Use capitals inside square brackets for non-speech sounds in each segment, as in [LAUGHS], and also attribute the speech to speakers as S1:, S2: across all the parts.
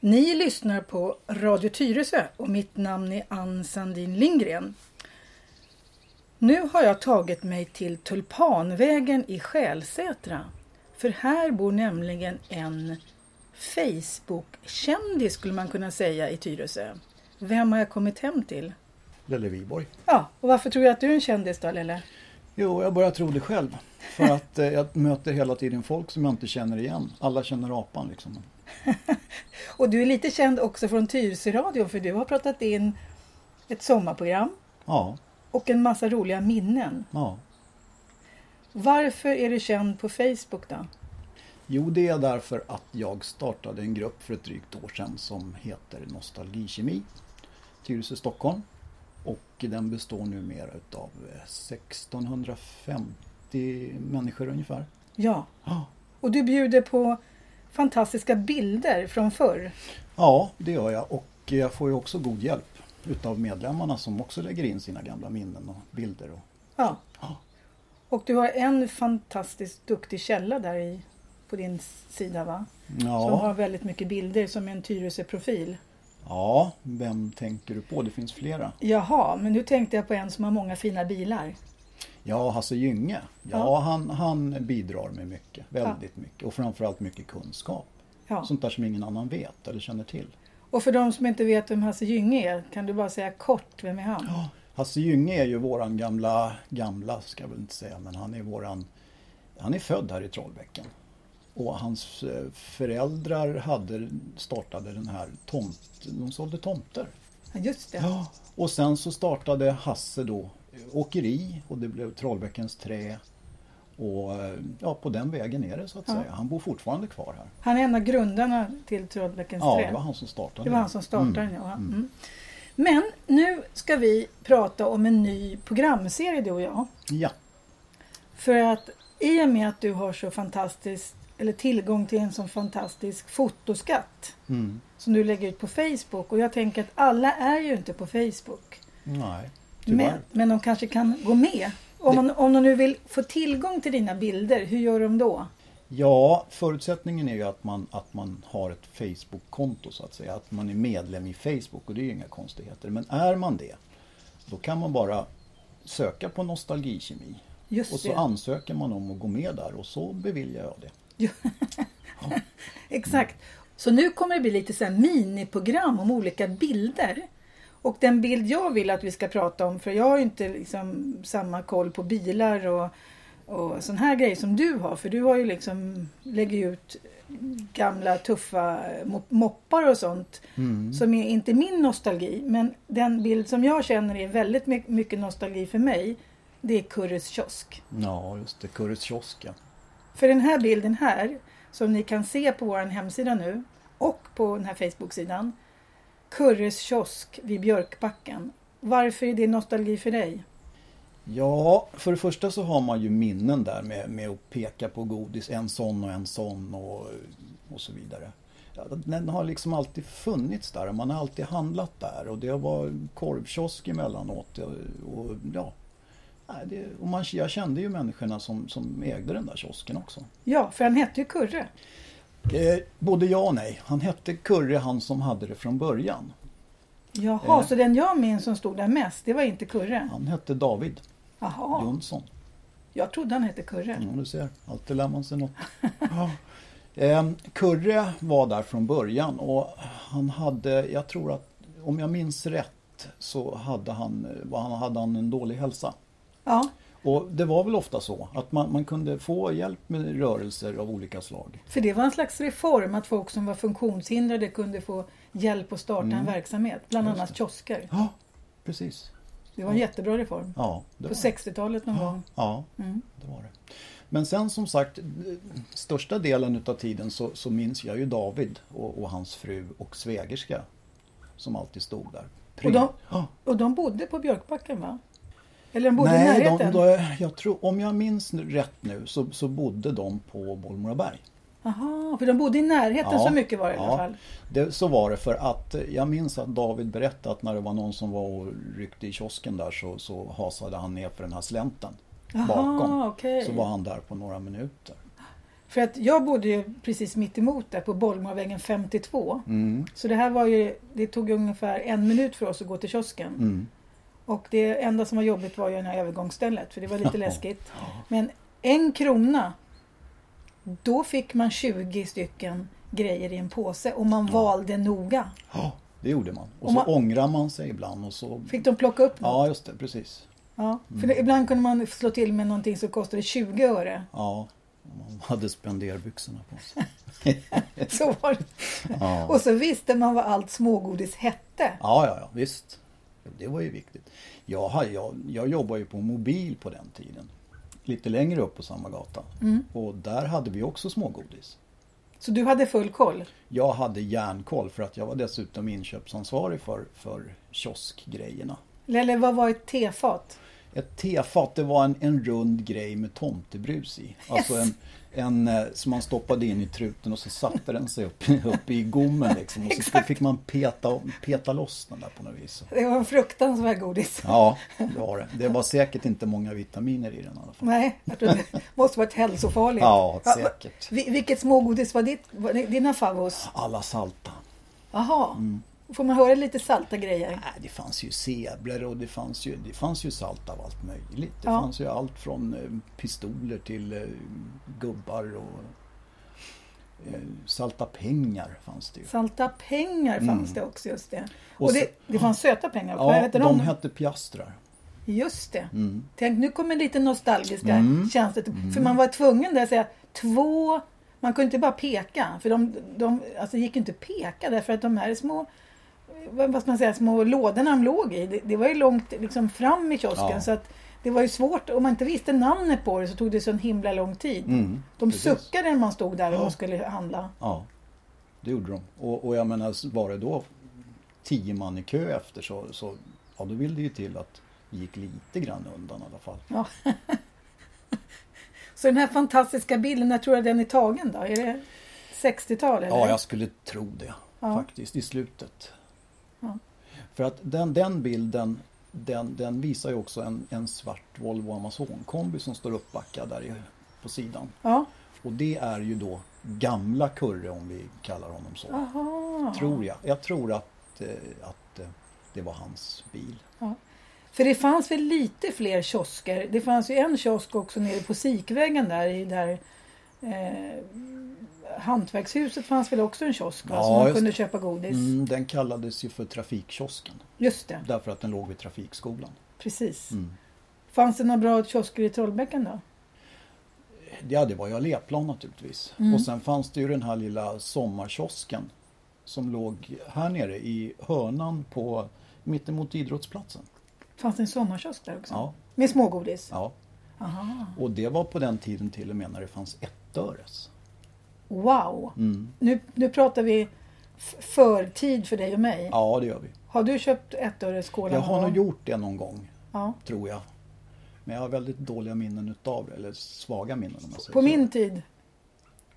S1: Ni lyssnar på Radio Tyresö och mitt namn är Ann Sandin Lindgren. Nu har jag tagit mig till Tulpanvägen i Själsätra. För här bor nämligen en Facebook-kändis skulle man kunna säga i Tyresö. Vem har jag kommit hem till?
S2: Lelle Viborg.
S1: Ja, och varför tror jag att du är en kändis då Lelle?
S2: Jo, jag börjar tro det själv. För att eh, jag möter hela tiden folk som jag inte känner igen. Alla känner apan liksom.
S1: Och du är lite känd också från Tyresöradion för du har pratat in ett sommarprogram
S2: Ja,
S1: och en massa roliga minnen.
S2: ja.
S1: Varför är du känd på Facebook då?
S2: Jo, det är därför att jag startade en grupp för ett drygt år sedan som heter Nostalgikemi. Tyresö, Stockholm. Och den består numera utav eh, 1650 människor ungefär.
S1: Ja,
S2: Ja.
S1: och du bjuder på fantastiska bilder från förr.
S2: Ja, det gör jag och jag får ju också god hjälp utav medlemmarna som också lägger in sina gamla minnen och bilder. Och...
S1: Ja.
S2: Ja.
S1: Och du har en fantastiskt duktig källa där i, på din sida va? Som
S2: Ja,
S1: har väldigt mycket bilder som är en Tyresö-profil.
S2: ja, vem tänker du på? Det finns flera.
S1: Jaha, men nu tänkte jag på en som har många fina bilar.
S2: Ja, Hasse Gynge. Ja,
S1: Ja.
S2: Han, han bidrar med mycket, väldigt mycket och framförallt mycket kunskap.
S1: Ja.
S2: Sånt där som ingen annan vet eller känner till.
S1: Och för de som inte vet vem Hasse Gynge är, kan du bara säga kort, vem är han?
S2: Hasse Gynge är ju våran gamla, gamla ska jag väl inte säga, men han är våran, han är född här i Trollbäcken. Och hans eh, föräldrar hade, startade den här tomt, de sålde tomter.
S1: Ja, just det.
S2: Ja. Och sen så startade Hasse då eh, åkeri och det blev Trollbäckens trä. Och eh, ja, på den vägen är det så att
S1: Ja.
S2: säga. Han bor fortfarande kvar här.
S1: Han är en av grundarna till Trollbäckens
S2: Ja,
S1: trä.
S2: det var han som startade.
S1: Det var han som startade den, ja. Mm. Men nu ska vi prata om en ny programserie du och jag.
S2: Ja,
S1: För att i och med att du har så fantastiskt, eller tillgång till en sån fantastisk fotoskatt
S2: mm.
S1: som du lägger ut på Facebook. Och jag tänker att alla är ju inte på Facebook.
S2: nej, tyvärr.
S1: Men, men de kanske kan gå med. Om, man, om de nu vill få tillgång till dina bilder, hur gör de då?
S2: Ja, förutsättningen är ju att man, att man har ett Facebook-konto så att säga. Att man är medlem i Facebook och det är ju inga konstigheter. Men är man det, då kan man bara söka på Nostalgikemi.
S1: Just
S2: Och så
S1: det.
S2: ansöker man om att gå med där och så beviljar jag det.
S1: Jo. Exakt. Så nu kommer det bli lite så här miniprogram om olika bilder. Och den bild jag vill att vi ska prata om, för jag har ju inte liksom samma koll på bilar och, och sån här grejer som du har. För du har ju liksom, lägger ju ut gamla tuffa mo- moppar och sånt. Som är inte min nostalgi. Men den bild som jag känner är väldigt my- mycket nostalgi för mig. Det är Kurres kiosk.
S2: Ja, just det. Kurres kiosk, ja.
S1: För den här bilden här, som ni kan se på vår hemsida nu och på den här Facebook-sidan. Kurres kiosk vid Björkbacken. Varför är det nostalgi för dig?
S2: Ja, för det första så har man ju minnen där med, med att peka på godis, en sån och en sån och, och så vidare. Ja, Den har liksom alltid funnits där och man har alltid handlat där och det var korvkiosk emellanåt. Och, och, ja. Nej, det, och man, jag kände ju människorna som, som ägde den där kiosken också.
S1: Ja, för han hette ju Kurre.
S2: Eh, både ja och nej. Han hette Kurre, han som hade det från början.
S1: Jaha,
S2: Eh.
S1: så den jag minns som stod där mest, det var inte Kurre?
S2: Han hette David
S1: Jaha,
S2: Jonsson.
S1: jag trodde han hette Kurre.
S2: Ja, du ser. Alltid lär man sig något. Ja. Ehm, Kurre var där från början och han hade, jag tror att om jag minns rätt så hade han, var han- hade han en dålig hälsa.
S1: Ja,
S2: Och det var väl ofta så att man, man kunde få hjälp med rörelser av olika slag.
S1: för det var en slags reform att folk som var funktionshindrade kunde få hjälp att starta en verksamhet, bland
S2: Mm. Just
S1: annat kiosker.
S2: Ja, precis.
S1: Det var en jättebra reform.
S2: Ja, det
S1: På
S2: var det.
S1: 60-talet någon gång.
S2: Ja,
S1: Mm.
S2: det var det. Men sen som sagt, största delen utav tiden så, så minns jag ju David och, och hans fru och svägerska som alltid stod där.
S1: Och de-
S2: Ja.
S1: Och de bodde på Björkbacken va? Eller de bodde i
S2: Nej, de,
S1: närheten?
S2: de, jag tror, om jag minns rätt nu så, så bodde de på Bollmoraberg.
S1: Aha, för de bodde i närheten
S2: Ja,
S1: så mycket var det i alla
S2: ja.
S1: fall.
S2: Det, så var det för att eh, jag minns att David berättade att när det var någon som var och ryckte i kiosken där så, så hasade han ner för den här slänten
S1: Aha,
S2: bakom.
S1: okej.
S2: Så var han där på några minuter.
S1: För att jag bodde ju precis mitt emot där på Bolmavägen 52.
S2: Mm.
S1: Så det här var ju, det tog ungefär en minut för oss att gå till kiosken.
S2: Mm.
S1: Och det enda som var jobbigt var ju det här övergångsstället för det var lite läskigt.
S2: Ja.
S1: Men en krona, då fick man 20 stycken grejer i en påse och man valde noga.
S2: Ja, det gjorde man.
S1: Om
S2: Och så
S1: man-
S2: ångrar man sig ibland och så...
S1: Fick de plocka upp något?
S2: Ja, just det. Precis.
S1: Ja, för
S2: Mm.
S1: det, ibland kunde man slå till med någonting som kostade 20 öre.
S2: [LAUGHS] Ja, man [LAUGHS] hade spenderbyxorna på sig.
S1: [LAUGHS] Så var det.
S2: Ja.
S1: Och så visste man vad allt smågodis hette.
S2: Ja, ja, ja, visst. Det var ju viktigt. Jag, har- jag, jag jobbade ju på mobil på den tiden. Lite längre upp på samma gata. Och där hade vi också smågodis.
S1: Mm. Så du hade full koll.
S2: Jag hade järnkoll för att jag var dessutom inköpsansvarig för, för kioskgrejerna.
S1: Eller vad var ett tefat?
S2: Ett tefat, det var en, en rund grej med tomtebrus i. Alltså en, en eh, som man stoppade in i truten och så satte den sig upp, [LAUGHS] upp i gommen liksom. Och så
S1: Exakt.
S2: fick man peta, peta loss den där på något vis.
S1: Det var en fruktansvärd godis.
S2: Ja, det var det. Det var säkert inte många vitaminer i den i alla fall.
S1: Nej, jag tror
S2: [LAUGHS]
S1: det måste varit hälsofarligt.
S2: Ja, säkert.
S1: vi- vilket smågodis var ditt, var det dina favvos?
S2: Alla salta.
S1: Jaha,
S2: Mm.
S1: får man höra lite salta grejer?
S2: Nej, Äh, det fanns ju zebror och det fanns ju, det fanns ju salt av allt möjligt. Det
S1: Ja.
S2: fanns ju allt från eh, pistoler till eh, gubbar och eh, salta pengar fanns det ju.
S1: Salta pengar fanns det också, just det. Och,
S2: Mm. Och
S1: det,
S2: så-
S1: det fanns söta pengar också. Vad
S2: Ja,
S1: hette
S2: de
S1: de?
S2: hette piastrar. Mm.
S1: Just det. Tänk, nu kommer lite nostalgisk där, känns det. För man var tvungen där att säga två... Man kunde inte bara peka, för de, de alltså, det gick ju inte att peka därför att de här små vad vad ska man säga, små lådorna de låg i, det, det var ju långt liksom, fram i kiosken
S2: Ja.
S1: så att det var ju svårt. Om man inte visste namnet på det så tog det så en himla lång tid.
S2: Mm,
S1: de
S2: precis.
S1: suckade när man stod där och skulle handla.
S2: Ja, det gjorde de. Och, och jag menar, var det då tio man i kö efter så, så ja, då ville det ju till att det gick lite grann undan i alla fall.
S1: Ja. så den här fantastiska bilden, när tror jag den är tagen då? Är det 60-tal eller?
S2: Ja, jag skulle tro det faktiskt i slutet. För att den, den bilden den, den visar ju också en, en svart Volvo Amazon kombi som står uppbackad där i, på sidan.
S1: ja.
S2: Och det är ju då gamla Kurre om vi kallar honom så.
S1: Aha.
S2: Tror jag. Jag tror att, eh, att eh, det var hans bil.
S1: För det fanns väl lite fler kiosker. Det fanns ju en kiosk också nere på Sikvägen där i där eh, Hantverkshuset fanns väl också en kiosk va?
S2: Ja,
S1: som man
S2: just
S1: kunde
S2: det.
S1: köpa godis.
S2: Mm, den kallades ju för Trafikkiosken
S1: Just det,
S2: därför att den låg vid Trafikskolan.
S1: precis.
S2: Mm.
S1: Fanns det några bra kiosker i Trollbäcken då?
S2: Ja, det var ju Alléplan naturligtvis.
S1: Mm.
S2: Och sen fanns det ju den här lilla sommarkiosken som låg här nere i hörnan på mittemot idrottsplatsen.
S1: Fanns det en sommarkiosk där också?
S2: Ja,
S1: Med smågodis?
S2: ja.
S1: Aha.
S2: Och det var på den tiden till och med när det fanns ettöres.
S1: Wow!
S2: Mm.
S1: Nu, nu pratar vi f- förtid för dig och mig.
S2: Ja, det gör vi.
S1: Har du köpt ettöresskålar?
S2: Jag har
S1: någon
S2: nog
S1: gång?
S2: gjort det någon gång,
S1: Ja.
S2: tror jag. Men jag har väldigt dåliga minnen utav det, eller svaga minnen om man säger
S1: På
S2: så.
S1: min tid,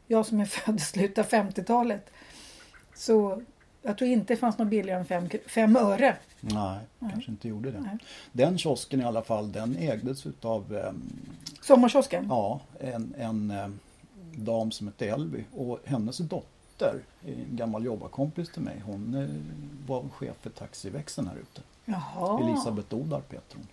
S1: jag som är [LAUGHS] född i slutet av 50-talet, så jag tror inte det fanns något billigare än fem, fem öre.
S2: Nej, kanske inte gjorde det.
S1: Nej.
S2: Den kiosken i alla fall, den ägdes utav ehm,
S1: Sommarkiosken.
S2: Ja, en, en eh, dam som hette Elvy och hennes dotter, en gammal jobbarkompis till mig, hon eh, var chef för taxiväxeln här ute.
S1: Jaha.
S2: Elisabeth Odarp heter hon.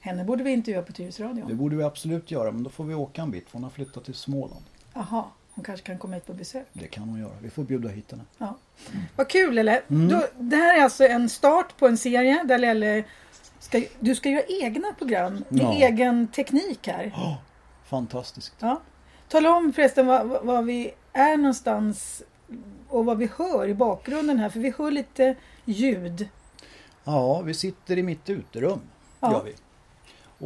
S1: Henne borde vi intervjua på
S2: Det
S1: Tyresradion.
S2: borde vi absolut göra men då får vi åka en bit för hon har flyttat till Småland.
S1: Jaha, hon kanske kan komma hit på besök.
S2: Det kan hon göra, vi får bjuda hit henne.
S1: Ja. Vad kul Lelle!
S2: Mm.
S1: Då, det här är alltså en start på en serie där Lelle ska, du ska göra egna program med
S2: Ja.
S1: egen teknik här.
S2: Ja, fantastiskt!
S1: Ja. Tala om förresten var, var- var vi är någonstans och vad vi hör i bakgrunden här, för vi hör lite ljud.
S2: Ja, vi sitter i mitt uterum
S1: Ja.
S2: gör vi.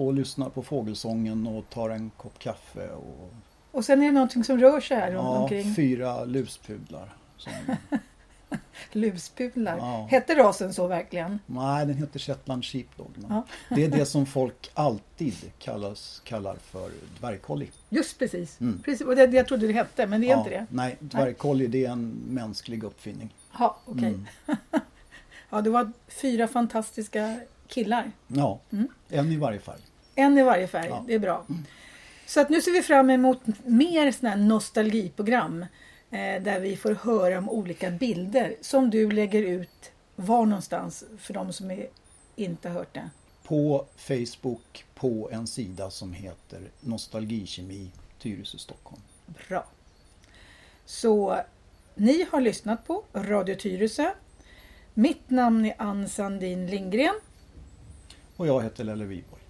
S2: och lyssnar på fågelsången och tar en kopp kaffe och
S1: Och sen är det någonting som rör sig här runt
S2: ja,
S1: omkring.
S2: fyra luspudlar. Som,
S1: Luspular.
S2: Ja.
S1: Hette rasen så verkligen?
S2: Nej, den heter Shetland Sheepdog. men
S1: Ja.
S2: Det är det som folk alltid kallas, kallar för dvärgkolli.
S1: Just precis.
S2: Mm.
S1: precis. Och det, det jag trodde det hette, men det är inte det.
S2: Nej, dvärgkolli det är en mänsklig uppfinning.
S1: Ja, okej.
S2: Mm.
S1: [LAUGHS] ja, det var fyra fantastiska killar. Mm.
S2: Ja, en i varje färg.
S1: En i varje färg,
S2: Ja. Mm.
S1: det är bra. Så att nu ser vi fram emot mer sådana här nostalgiprogram eh, där vi får höra om olika bilder som du lägger ut var någonstans för de som är, inte har hört det.
S2: På Facebook på en sida som heter Nostalgikemi Tyresö Stockholm.
S1: Bra! Så ni har lyssnat på Radio Tyresö. Mitt namn är Ann Sandin Lindgren.
S2: Och jag heter Lelle Wiborg.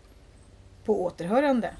S1: På återhörande.